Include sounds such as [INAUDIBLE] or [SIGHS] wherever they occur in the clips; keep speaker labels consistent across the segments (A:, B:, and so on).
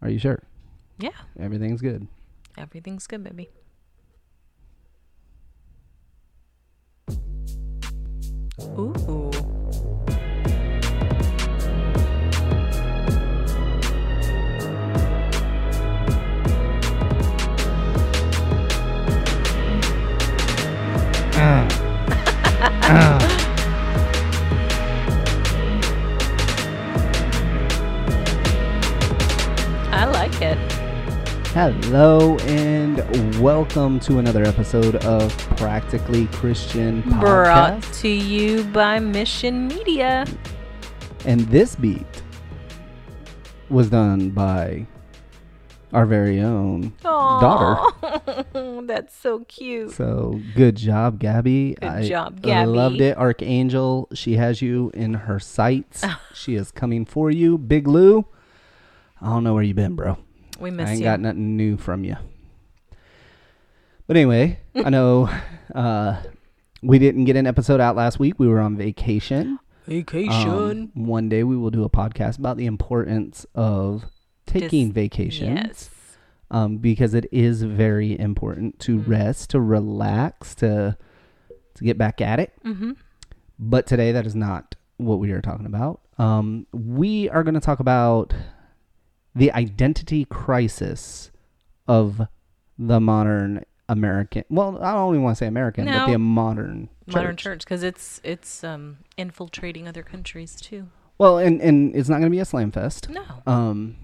A: Are you sure?
B: Yeah.
A: Everything's good.
B: Everything's good, baby. Ooh. [LAUGHS] I like it.
A: Hello and welcome to another episode of Practically Christian
B: Brought
A: Podcast.
B: to you by Mission Media.
A: And this beat was done by our very own daughter.
B: Daughter. [LAUGHS] That's so cute.
A: So good job, Gabby.
B: Good
A: I
B: job,
A: loved
B: Gabby.
A: it. Archangel, she has you in her
B: [LAUGHS]
A: sights. she is coming for you. Big Lou, I don't know where you been, bro.
B: We
A: I
B: miss
A: ain't
B: you.
A: got nothing new from you. But anyway, I know
B: [LAUGHS]
A: uh, we didn't get an episode out last week. We were on vacation. Um, one day we will do a podcast about the importance of taking
B: Just-
A: vacations
B: yes.
A: um, because it is very important to
B: Mm-hmm.
A: rest, to relax, to to get back at it.
B: Mm-hmm.
A: But today, that is not what we are talking about. Um, we are going to talk about the identity crisis of the modern American. Well, I don't even want to say American, but
B: No.
A: the modern church.
B: Modern church, because it's it's um infiltrating other countries too.
A: Well, and and it's not going to be a slam fest.
B: No.
A: Um,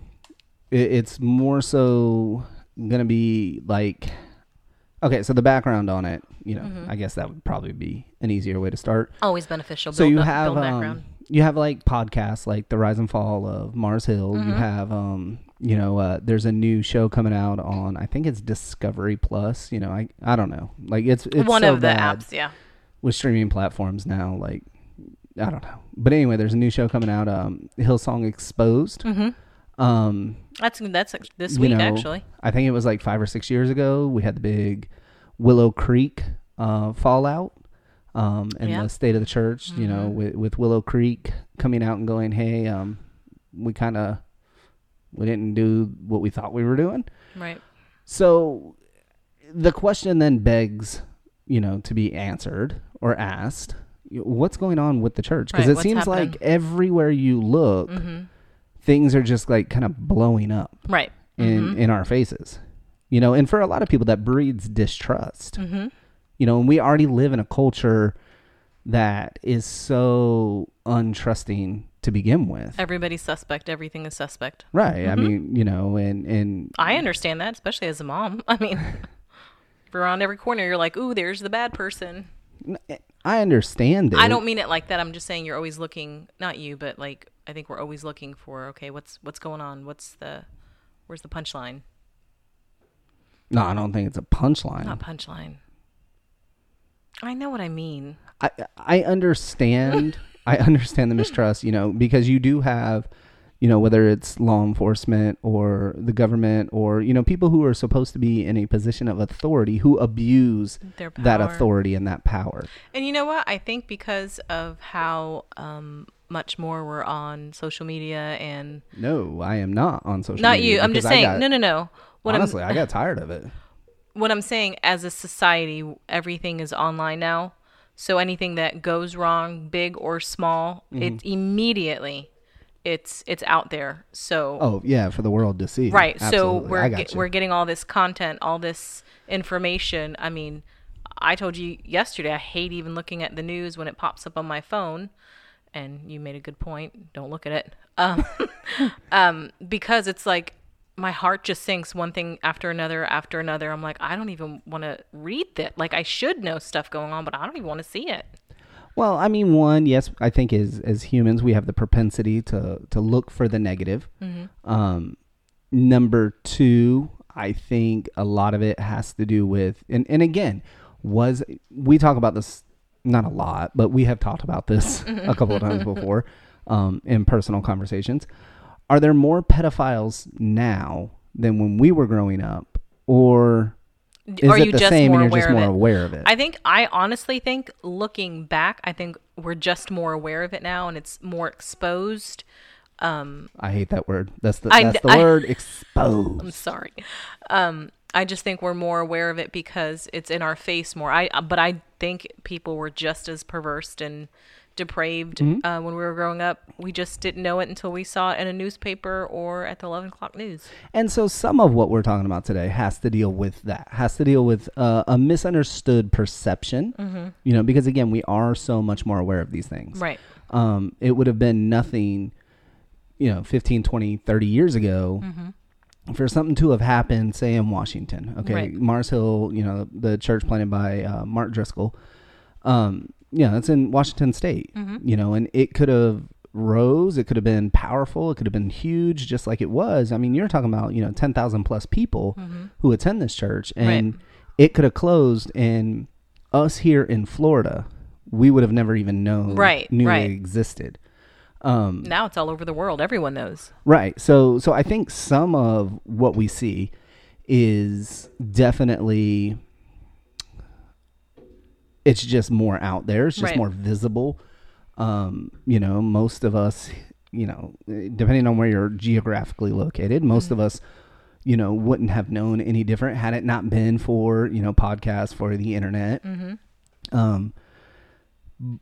A: it, it's more so gonna be like, okay, so the background on it, you know,
B: Mm-hmm.
A: I guess that would probably be an easier way to start.
B: Always beneficial.
A: So
B: build
A: you
B: up-
A: have
B: build background.
A: um, you have like podcasts like the rise and fall of Mars Hill.
B: Mm-hmm.
A: You have um, you know, uh, there's a new show coming out on I think it's Discovery Plus. You know, I I don't know, like it's it's
B: one
A: so
B: of the
A: bad
B: apps. Yeah.
A: with streaming platforms now. Like I don't know, but anyway, there's a new show coming out, um, Hillsong Exposed. Um,
B: Mm-hmm. That's that's act- this
A: you
B: week
A: know,
B: actually.
A: I think it was like five or six years ago. We had the big Willow Creek uh, fallout um, and
B: Yeah. Mm-hmm.
A: the state of the church. You know, with, with Willow Creek coming out and going, "Hey, um, we kind of we didn't do what we thought we were doing."
B: Right.
A: So the question then begs, you know, to be answered or asked. y- What's going on with the church? Because
B: Right,
A: it
B: what's
A: seems
B: happening? Mm-hmm.
A: like everywhere you look, things are just like kind of blowing up
B: Right.
A: in
B: Mm-hmm.
A: in our faces you know and for a lot of people that breeds distrust
B: Mm-hmm.
A: you know and we already live in a culture that is so untrusting to begin with
B: Everybody's suspect. Everything is suspect.
A: right
B: Mm-hmm.
A: i mean you know and and
B: I understand that, especially as a mom. [LAUGHS] I mean, if you're on every corner, you're like, "Ooh, there's the bad person."
A: i understand it
B: I don't mean it like that. I'm just saying you're always looking, not you, but like I think we're always looking for, okay, what's what's going on? What's the where's the punchline?
A: no i don't think it's a punchline
B: Not punchline. I know what I mean.
A: I I
B: [LAUGHS]
A: understand. I understand the mistrust, you know, because you do have, you know, whether it's law enforcement or the government or you know people who are supposed to be in a position of authority who abuse
B: Their
A: that
B: power.
A: authority and that power.
B: And you know what? I think because of how um, much more we're on social media and
A: No, I am not on social.
B: not
A: media
B: you. I'm just
A: because I
B: saying.
A: got-
B: no, no, no. What I'm-
A: honestly, I got tired of it.
B: what I'm saying as a society, everything is online now. So anything that goes wrong, big or small, it's immediately it's it's out there. So
A: Oh yeah, for the world to see.
B: right.
A: Absolutely.
B: So
A: I
B: we're
A: got
B: get-
A: you.
B: we're getting all this content, all this information. I mean, I told you yesterday I hate even looking at the news when it pops up on my phone. And you made a good point. Don't look at it. Um, [LAUGHS] um, because it's like my heart just sinks one thing after another after another. I'm like, I don't even want to read that. Like, I should know stuff going on, but I don't even want to see it.
A: Well, I mean, one, yes, I think as as humans we have the propensity to to look for the negative.
B: Mm-hmm.
A: Um, number two, I think a lot of it has to do with, and and again, was we talk about this not a lot, but we have talked about
B: [LAUGHS]
A: this [LAUGHS] a couple of times before um, in personal conversations. Are there more pedophiles now than when we were growing up, or is
B: Are
A: it
B: you
A: the
B: just
A: same
B: more
A: and you're just
B: aware of
A: more
B: it?
A: aware of it?
B: I think I honestly think looking back, I think we're just more aware of it now and it's more exposed. Um,
A: I hate that word. That's the
B: I-
A: that's the
B: I- [LAUGHS]
A: word
B: I'm
A: exposed.
B: sorry. Um, I just think we're more aware of it because it's in our face more. I uh, but I think people were just as perverse and depraved uh, when we were growing up. We just didn't know it until we saw it in a newspaper or at the eleven o'clock news.
A: And so some of what we're talking about today has to deal with that. Has to deal with uh, a misunderstood perception.
B: Mm-hmm.
A: You know, because again, we are so much more aware of these things.
B: Right.
A: um, it would have been nothing, you know, 15, 20, 30 years ago for something to have happened, say, in Washington. Okay.
B: Mm-hmm. Right.
A: Mars Hill, you know, the church planted by uh, Mark Driscoll. Um, yeah, that's in Washington state,
B: Mm-hmm.
A: you know, and it could have rose. It could have been powerful. It could have been huge, just like it was. I mean, you're talking about, you know, 10,000 plus people who attend this church, and
B: Mm-hmm. Right.
A: it could have closed. And us here in Florida, we would have never even known
B: Right,
A: Mm-hmm. knew
B: right.
A: it existed.
B: Now it's all over the world. Everyone knows.
A: Right. So so I think some of what we see is definitely it's just more out there. It's just
B: Right.
A: more visible. Um, you know, most of us, you know, depending on where you're geographically located, most
B: Mm-hmm.
A: of us, you know, wouldn't have known any different had it not been for, you know, podcasts for the internet.
B: Mm-hmm.
A: Um,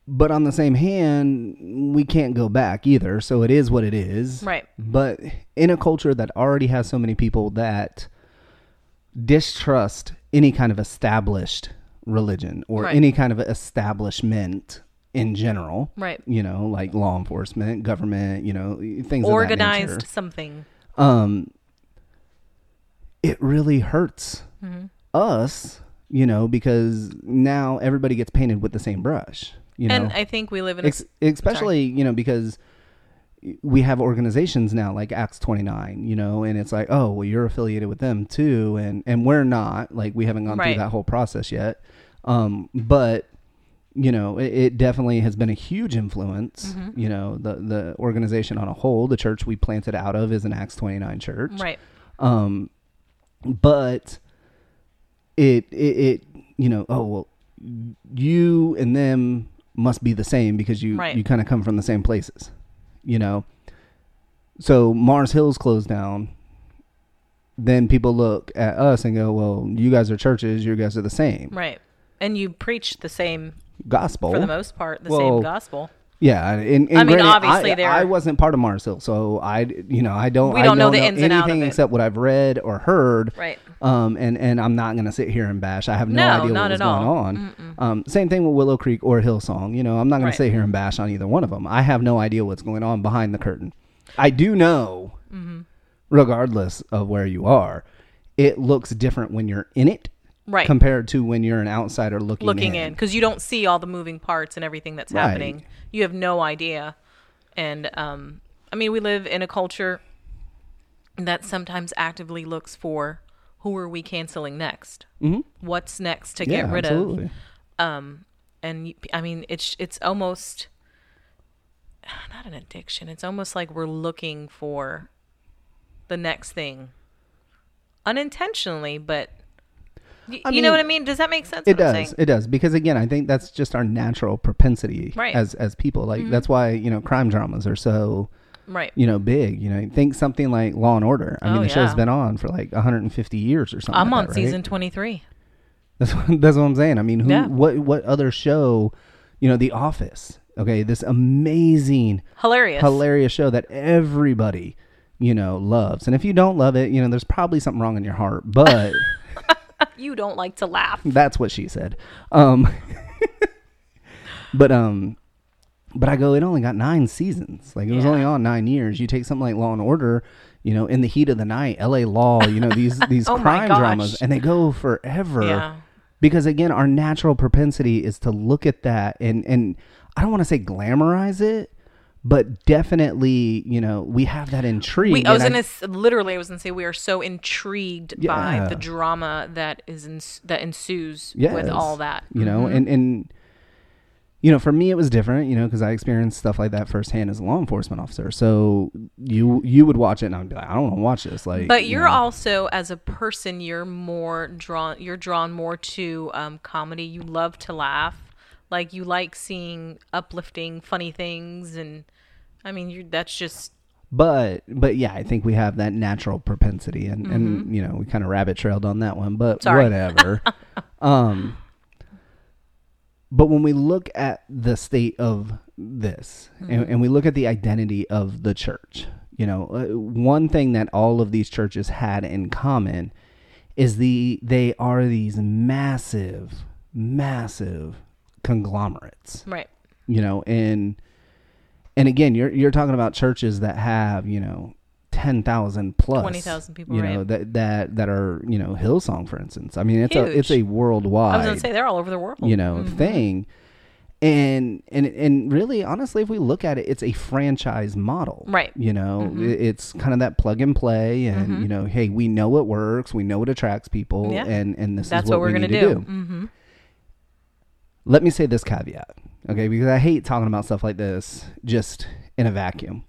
A: but on the same hand, we can't go back either. So it is what it is.
B: Right.
A: But in a culture that already has so many people that distrust any kind of established religion or
B: Right.
A: any kind of establishment in general,
B: Right.
A: you know, like law enforcement, government, you know, things Of that
B: Organized
A: nature,
B: something.
A: um, it really hurts
B: Mm-hmm.
A: us, you know, because now everybody gets painted with the same brush, you know.
B: and I think we live in a
A: Ex- especially you know because we have organizations now like acts 29 you know and it's like oh well you're affiliated with them too and and we're not like we haven't gone
B: Right.
A: through that whole process yet um but you know it, it definitely has been a huge influence
B: Mm-hmm.
A: you know the the organization on a whole the church we planted out of is an acts 29 church
B: right.
A: um but it it, it you know oh well you and them must be the same because you
B: Right.
A: you kind of come from the same places you know so mars hills closed down then people look at us and go well you guys are churches you guys are the same
B: Right. And you preach the same
A: gospel
B: for the most part, the
A: Well,
B: same gospel.
A: yeah and, and
B: I mean,
A: granted,
B: obviously
A: I,
B: there-
A: I wasn't part of mars hill so i you know i don't
B: We
A: I
B: don't know the ins and out of
A: anything
B: it.
A: except what i've read or heard
B: Right.
A: um, and and I'm not gonna sit here and bash. I have no,
B: No,
A: idea what
B: not
A: was
B: at all.
A: going on. Um, same thing with Willow Creek or Hillsong. You know, I'm not gonna
B: Right.
A: sit here and bash on either one of them. I have no idea what's going on behind the curtain. I do know,
B: Mm-hmm.
A: regardless of where you are, it looks different when you're in it
B: Right.
A: compared to when you're an outsider looking
B: looking in because you don't see all the moving parts and everything that's
A: Right.
B: happening. You have no idea. And um, I mean, we live in a culture that sometimes actively looks for who are we canceling next? Mm-hmm. What's next to get
A: yeah,
B: rid
A: absolutely.
B: of? Um, and you- I mean, it's it's almost [SIGHS] not an addiction. It's almost like we're looking for the next thing unintentionally, but. y-
A: I
B: you know
A: mean,
B: what I mean? Does that make sense?
A: It
B: what
A: does.
B: I'm saying?
A: It does because again, I think that's just our natural propensity
B: Right. Mm-hmm.
A: as as people. Like that's why you know crime dramas are so
B: Right.
A: you know, big. You know, think something like Law and Order. I
B: Oh,
A: mean, the show's
B: yeah.
A: been on for like 150 years or something.
B: I'm
A: like
B: on
A: that, right?
B: season 23.
A: [LAUGHS] That's what, that's what I'm saying. I mean, who,
B: Yeah.
A: what what other show? You know, The Office. Okay, this amazing,
B: Hilarious.
A: hilarious show that everybody you know loves. And if you don't love it, you know, there's probably something wrong in your heart. But
B: [LAUGHS] you don't like to laugh.
A: that's what she said. Um, [LAUGHS] but um, but I go. It only got nine seasons. Like it was
B: Yeah.
A: only on nine years. You take something like Law and Order. You know, in the heat of the night, L.A. Law. You know
B: [LAUGHS]
A: these these
B: Oh my
A: crime
B: gosh.
A: dramas, and they go forever.
B: Yeah.
A: Because again, our natural propensity is to look at that and and I don't want to say glamorize it, but definitely, you know, we have that intrigue.
B: We, I was
A: and
B: gonna s- literally, I was gonna say we are so intrigued
A: Yeah.
B: by the drama that is ens- that ensues
A: Yes.
B: with all that. Mm-hmm.
A: you know and and you know for me it was different you know because i experienced stuff like that firsthand as a law enforcement officer so you you would watch it and i'd be like i don't want to watch this like
B: But
A: you
B: you're
A: know.
B: also, as a person, you're more drawn. You're drawn more to um, comedy. You love to laugh. Like you like seeing uplifting, funny things, and I mean, you that's just
A: But but yeah, I think we have that natural propensity, and and you know we kind of rabbit trailed on that one, but
B: Sorry.
A: whatever. um, but when we look at the state of this, and, and we look at the identity of the church, you know, uh, one thing that all of these churches had in common is the they are these massive, massive conglomerates
B: Right.
A: you know and and again you're you're talking about churches that have you know 10,000 plus
B: 20,000 people,
A: you know
B: right.
A: that that that are you know Hillsong for instance i mean it's a it's
B: Huge.
A: a worldwide
B: I was gonna Mm-hmm. say they're all over the world.
A: you know thing and and and really honestly if we look at it it's a franchise model
B: Right. Mm-hmm.
A: you know It- it's kind of that plug and play and you know hey we know it works we know it attracts people
B: Yeah.
A: and and this
B: That's
A: is what,
B: what, we're
A: we
B: gonna
A: need
B: do.
A: to do
B: Mm-hmm.
A: let me say this caveat, okay? Because I hate talking about stuff like this just in a vacuum.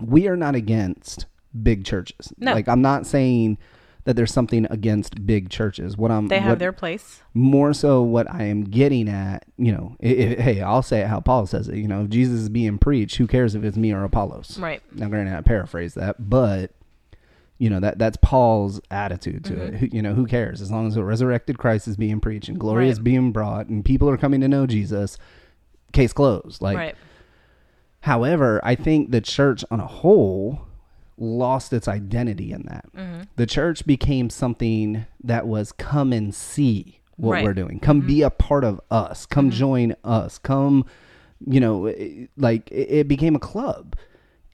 A: We are not against big churches.
B: No.
A: Like I'm not saying that there's something against big churches. What I'm
B: They have
A: what-
B: their place.
A: more so what I am getting at, you know, i i hey, I'll say it how Paul says it. You know, if Jesus is being preached, who cares if it's me or Apollos?
B: Right.
A: Now, granted, I paraphrase that, but you know that that's Paul's attitude to
B: Mm-hmm.
A: it. Who, you know, who cares as long as the resurrected Christ is being preached and glory is
B: Right.
A: being brought and people are coming to know Jesus. Case closed. Like,
B: right.
A: however, I think the church on a whole lost its identity in that.
B: Mm-hmm.
A: The church became something that was come and see what
B: Right. Mm-hmm.
A: we're doing. Come be a part of us. Come join us. Come, you know, it- like it it became a club.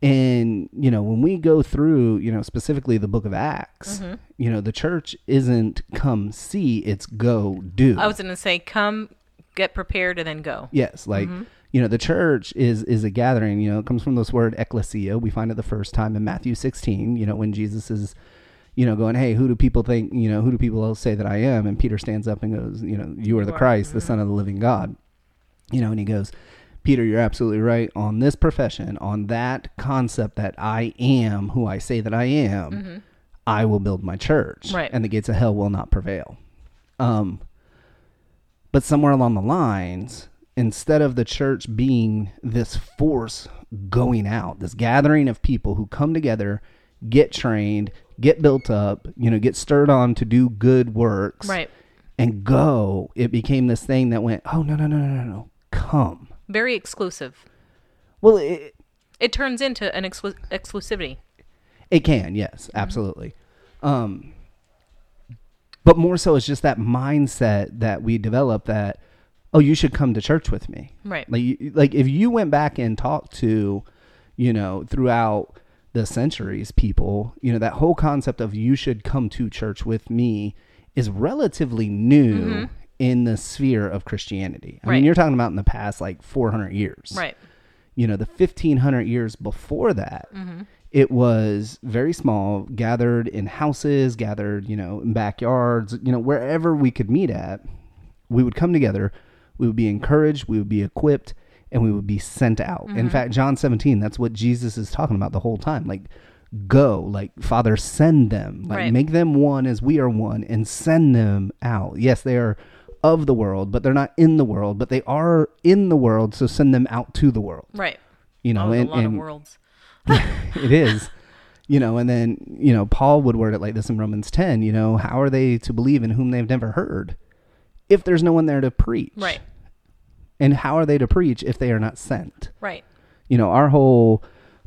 A: And, you know, when we go through, you know, specifically the book of Acts,
B: Mm-hmm.
A: you know, the church isn't come see, it's go do.
B: I was gonna say come get prepared and then go.
A: Yes, like you know, the church is is a gathering. You know, it comes from this word ecclesia. We find it the first time in Matthew 16. You know, when Jesus is, you know, going, "Hey, who do people think? You know, who do people else say that I am?" And Peter stands up and goes, "You know, you are mm-hmm. the
B: You are.
A: Christ, the Son of the Living God." You know, and he goes, "Peter, you're absolutely right on this profession, on that concept that I am who I say that I am. I will build my church,
B: Right.
A: and the gates of hell will not prevail." Um, but somewhere along the lines, instead of the church being this force going out, this gathering of people who come together, get trained, get built up, you know, get stirred on to do good works,
B: Right.
A: and go, it became this thing that went, oh, no, no, no, no, no, no, come.
B: Very exclusive.
A: Well, it,
B: It turns into an exclu- exclusivity.
A: It can, yes,
B: Mm-hmm.
A: absolutely. Um, but more so, it's just that mindset that we develop that, oh, you should come to church with me.
B: Right.
A: Like, you- like if you went back and talked to, you know, throughout the centuries, people, you know, that whole concept of you should come to church with me is relatively new in the sphere of Christianity. I
B: Mm-hmm. Right.
A: mean, you're talking about in the past like 400 years
B: Right.
A: you know, the 1500 years before that, it was very small, gathered in houses, gathered, you know, in backyards, you know, wherever we could meet at, we would come together, we would be encouraged, we would be equipped, and we would be sent out. In fact, John 17, that's what Jesus is talking about the whole time. Like, go, like, Father, send them, like,
B: Right.
A: make them one as we are one, and send them out. Yes, they are of the world, but they're not in the world, but they are in the world, so send them out to the world
B: Right.
A: you
B: Oh,
A: know,
B: there's
A: and,
B: a lot of
A: and
B: worlds.
A: [LAUGHS] it is, you know, and then, you know, Paul would word it like this in Romans 10, you know, how are they to believe in whom they've never heard if there's no one there to preach?
B: Right.
A: And how are they to preach if they are not sent?
B: Right.
A: You know, our whole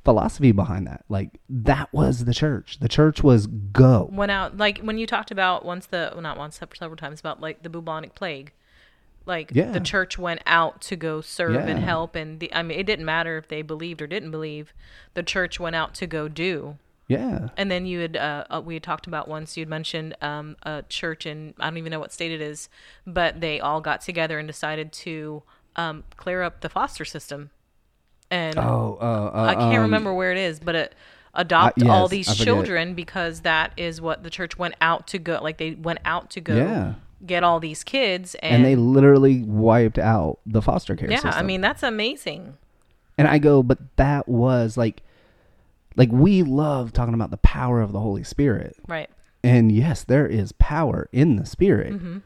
A: philosophy behind that, like that was the church. The church was go.
B: went out like when you talked about once the well, not once several, several times about like the bubonic plague like
A: Yeah.
B: the church went out to go serve and
A: Yeah.
B: help and the i mean it didn't matter if they believed or didn't believe the church went out to go do
A: Yeah.
B: and then you had uh, uh, we had talked about once you'd mentioned um, a church in i don't even know what state it is but they all got together and decided to um, clear up the foster system and
A: Oh, uh, uh,
B: I can't remember where it is, but it, adopt
A: I-
B: all
A: yes, I
B: these
A: forget.
B: children because that is what the church went out to go. Like they went out to go
A: Yeah.
B: get all these kids, and,
A: and they literally wiped out the foster care
B: yeah,
A: system.
B: I mean that's amazing.
A: And I go, but that was like, like we love talking about the power of the Holy Spirit.
B: Right,
A: And yes, there is power in the spirit,
B: Mm-hmm.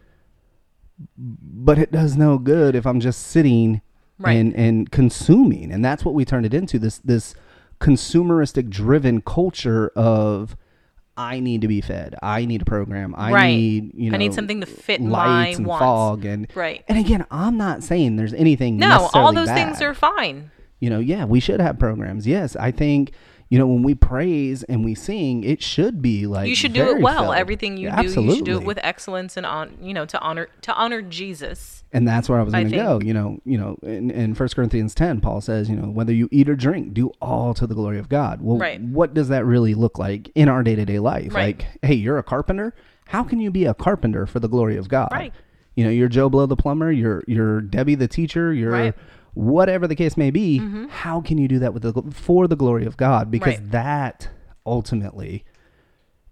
A: but it does no good if I'm just sitting
B: Right.
A: and and consuming. And that's what we turned it into this this consumeristic driven culture of I need to be fed. I need a program. I
B: Right.
A: need you know
B: I need something to fit my
A: lights and
B: wants.
A: fog and
B: Right.
A: And again, I'm not saying there's anything
B: No, all
A: necessarily
B: those things
A: bad
B: are fine.
A: you know, yeah, we should have programs. Yes, I think, you know, when we praise and we sing, it should be like
B: you should do it
A: very
B: well.
A: felt.
B: Everything you
A: Yeah,
B: do, you should do it
A: absolutely.
B: with excellence and on, you know, to honor to honor Jesus.
A: And that's where I was
B: I
A: going to go. You know, you know, in, in 1 Corinthians ten, Paul says, you know, whether you eat or drink, do all to the glory of God. Well,
B: Right.
A: what does that really look like in our day to day life?
B: Right.
A: Like, hey, you're a carpenter. How can you be a carpenter for the glory of God?
B: Right.
A: You know, you're Joe Blow the plumber. You're you're Debbie the teacher. You're
B: Right. Mm-hmm.
A: whatever the case may be. How can you do that with the, gl- for the glory of God? Because
B: Right.
A: that ultimately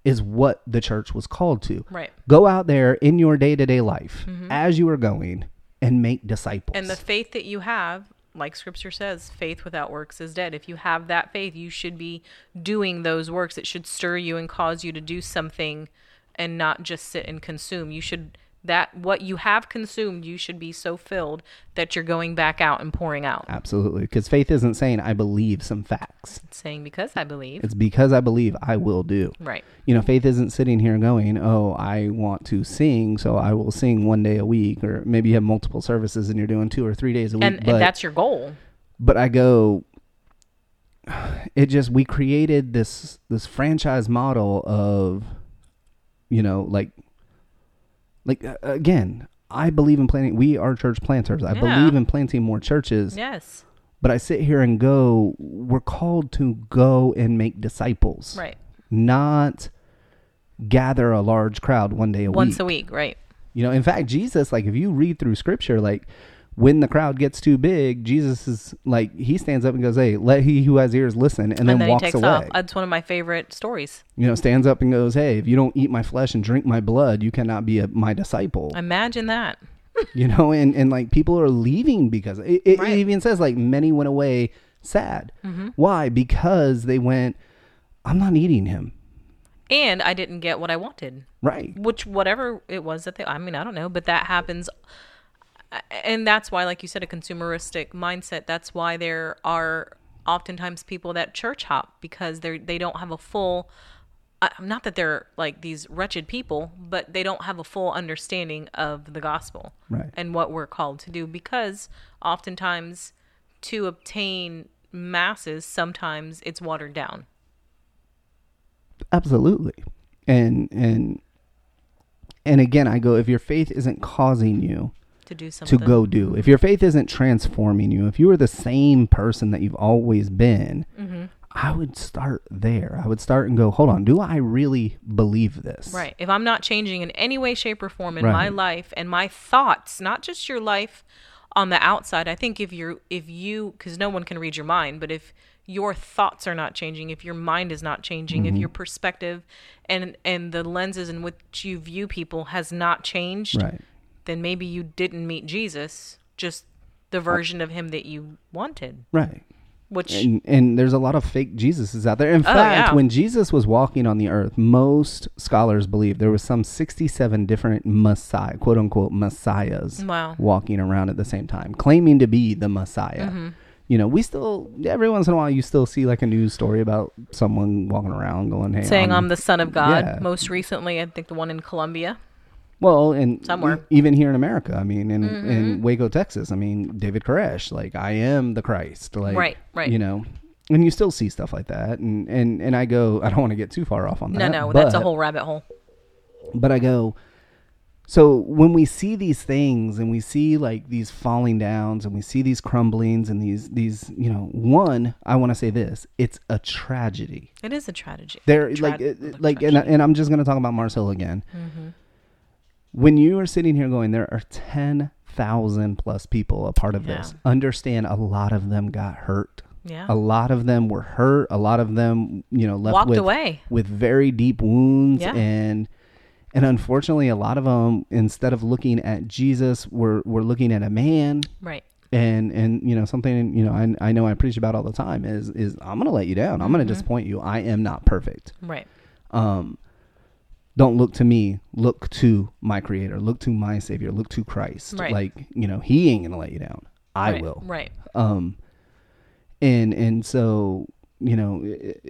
A: is what the church was called to.
B: Right.
A: Go out there in your day to day life as you are going and make disciples.
B: Mm-hmm. And the faith that you have, like scripture says, faith without works is dead. If you have that faith, you should be doing those works. It should stir you and cause you to do something and not just sit and consume. You should that what you have consumed, you should be so filled that you're going back out and pouring out.
A: Absolutely. Because faith isn't saying, I believe some facts.
B: Saying because I believe.
A: It's because I believe I will do.
B: Right.
A: You know, faith isn't sitting here going, oh, I want to sing, so I will sing one day a week. Or maybe you have multiple services and you're doing two or three days a week.
B: And,
A: but,
B: and that's your goal.
A: but I go, it just, we created this this franchise model of, you know, like, like uh, again, I believe in planting. We are church planters. I
B: Yeah.
A: believe in planting more churches.
B: Yes.
A: But I sit here and go, we're called to go and make disciples.
B: Right.
A: Not gather a large crowd one day a
B: Once
A: week.
B: a week, right.
A: You know, in fact, Jesus, like if you read through scripture, like when the crowd gets too big, Jesus is like, he stands up and goes, Hey, let he who has ears listen, and then,
B: and then
A: walks
B: he takes
A: away.
B: off. That's one of my favorite stories.
A: You know, stands up and goes, Hey, if you don't eat my flesh and drink my blood, you cannot be a, my
B: [LAUGHS]
A: disciple.
B: Imagine that.
A: you know, and, and like people are leaving because it, it,
B: Right. Mm-hmm.
A: it even says like many went away sad. Why? Because they went, I'm not eating him.
B: And I didn't get what I wanted.
A: Right.
B: which whatever it was that they i mean i don't know but that happens and that's why like you said a consumeristic mindset that's why there are oftentimes people that church hop because they they don't have a full I- not that they're like these wretched people but they don't have a full understanding of the gospel
A: Right.
B: and what we're called to do because oftentimes to obtain masses sometimes it's watered down
A: Absolutely. And and and again I go, if your faith isn't causing you
B: to do something
A: to go do, if your faith isn't transforming you, if you are the same person that you've always been, I would start there. I would start and go, hold on, do I really believe this?
B: Right. If I'm not changing in any way, shape, or form in my
A: Right.
B: life and my thoughts, not just your life on the outside, I think if you're, if you, because no one can read your mind, but if your thoughts are not changing, if your mind is not changing,
A: Mm-hmm.
B: if your perspective and and the lenses in which you view people has not changed,
A: Right.
B: then maybe you didn't meet Jesus, just the version of him that you wanted,
A: Right.
B: which
A: and, and there's a lot of fake Jesuses out there. In fact,
B: Oh, yeah.
A: when Jesus was walking on the earth, most scholars believe there was some 67 different messiah, quote unquote messiahs,
B: Wow.
A: walking around at the same time, claiming to be the messiah.
B: Mm-hmm.
A: You know, we still every once in a while you still see like a news story about someone walking around going, "Hey,
B: saying
A: I'm
B: I'm the son of God.
A: um, yeah.
B: Most recently, I think the one in Colombia.
A: Well, and
B: Somewhere. Mm-hmm.
A: e- even here in America, I mean, in in Waco, Texas, I mean, David Koresh, like I am the Christ, like
B: Right, right.
A: you know, and you still see stuff like that, and and and I go, I don't want to get too far off on
B: No,
A: that.
B: no, that's a
A: but-
B: whole rabbit hole.
A: But I go, so when we see these things and we see like these falling downs and we see these crumblings and these these you know, one, I want to say this, it's a tragedy.
B: It is a tragedy.
A: There,
B: Tra-
A: like, it- it- like, and, I- and I'm just gonna talk about Marcel again.
B: Mm-hmm.
A: When you are sitting here going, there are ten thousand plus people a part of this. Understand, a lot of them got hurt.
B: Yeah.
A: A lot of them were hurt. A lot of them, you know, left
B: Walked
A: with,
B: away.
A: with very deep wounds
B: Yeah.
A: and. And unfortunately, a lot of them, instead of looking at Jesus, were, were looking at a man
B: Right.
A: and and you know something you know I, I know I preach about all the time is is I'm gonna let you down. I'm gonna
B: Mm-hmm.
A: disappoint you. I am not perfect.
B: Right.
A: Um, don't look to me. Look to my Creator. Look to my Savior. Look to Christ.
B: Right.
A: Like you know, He ain't gonna let you down. I
B: right,
A: will.
B: Right.
A: Um, and and so you know,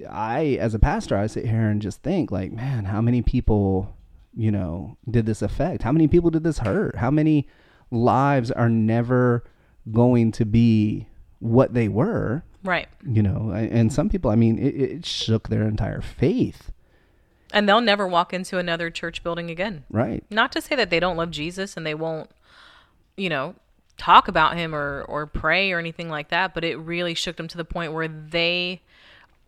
A: I as a pastor, I sit here and just think like, man, how many people, you know, did this affect? How many people did this hurt? How many lives are never going to be what they were?
B: Right.
A: You know, and some people, I mean, it, it shook their entire faith.
B: And they'll never walk into another church building again.
A: Right.
B: Not to say that they don't love Jesus and they won't, you know, talk about him or or pray or anything like that, but it really shook them to the point where they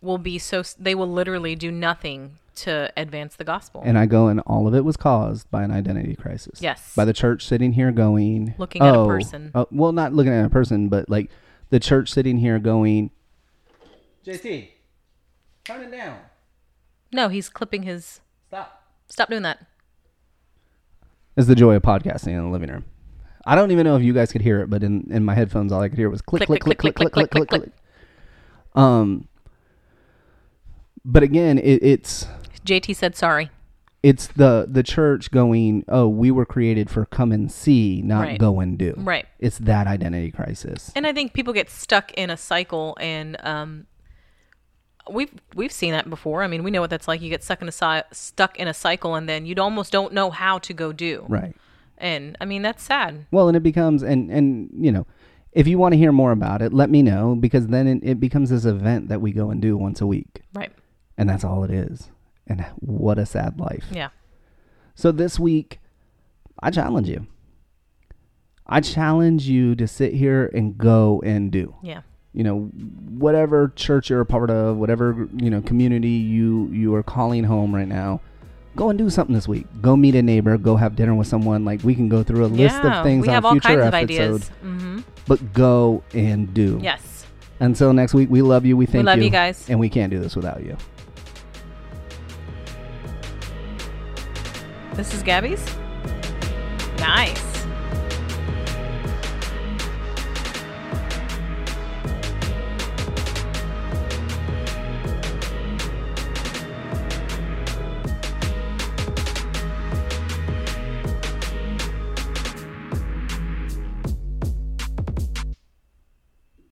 B: will be so they will literally do nothing to advance the gospel.
A: And I go, and all of it was caused by an identity crisis.
B: Yes.
A: By the church sitting here going,
B: Looking at a
A: "Oh,"
B: person.
A: uh, well, not looking at a person, but like the church sitting here going, JT, turn it down.
B: No, he's clipping his
A: Stop.
B: Stop doing that.
A: Is the joy of podcasting in the living room. I don't even know if you guys could hear it, but in, in my headphones, all I could hear was click, click, click, click, click, click, click, click. Um, but again, it, it's
B: JT said sorry.
A: it's the the church going oh we were created for come and see not
B: Right.
A: go and do
B: Right.
A: it's that identity crisis
B: And I think people get stuck in a cycle, and um, we've we've seen that before. I mean, we know what that's like. You get stuck in a cy- stuck in a cycle, and then you almost don't know how to go do.
A: right
B: And I mean, that's sad.
A: well and it becomes and and you know if you want to hear more about it let me know because then it, it becomes this event that we go and do once a week
B: Right.
A: and that's all it is and what a sad life
B: Yeah.
A: so this week i challenge you i challenge you to sit here and go and do
B: Yeah.
A: you know whatever church you're a part of whatever you know community you you are calling home right now go and do something this week go meet a neighbor go have dinner with someone like we can go through a list
B: yeah.
A: of things
B: we
A: on
B: have all
A: future
B: kinds
A: episodes
B: of ideas. hmm
A: but go and do
B: Yes.
A: until next week we love you we thank
B: love you guys.
A: and we can't do this without you
B: This is Gabby's. Nice.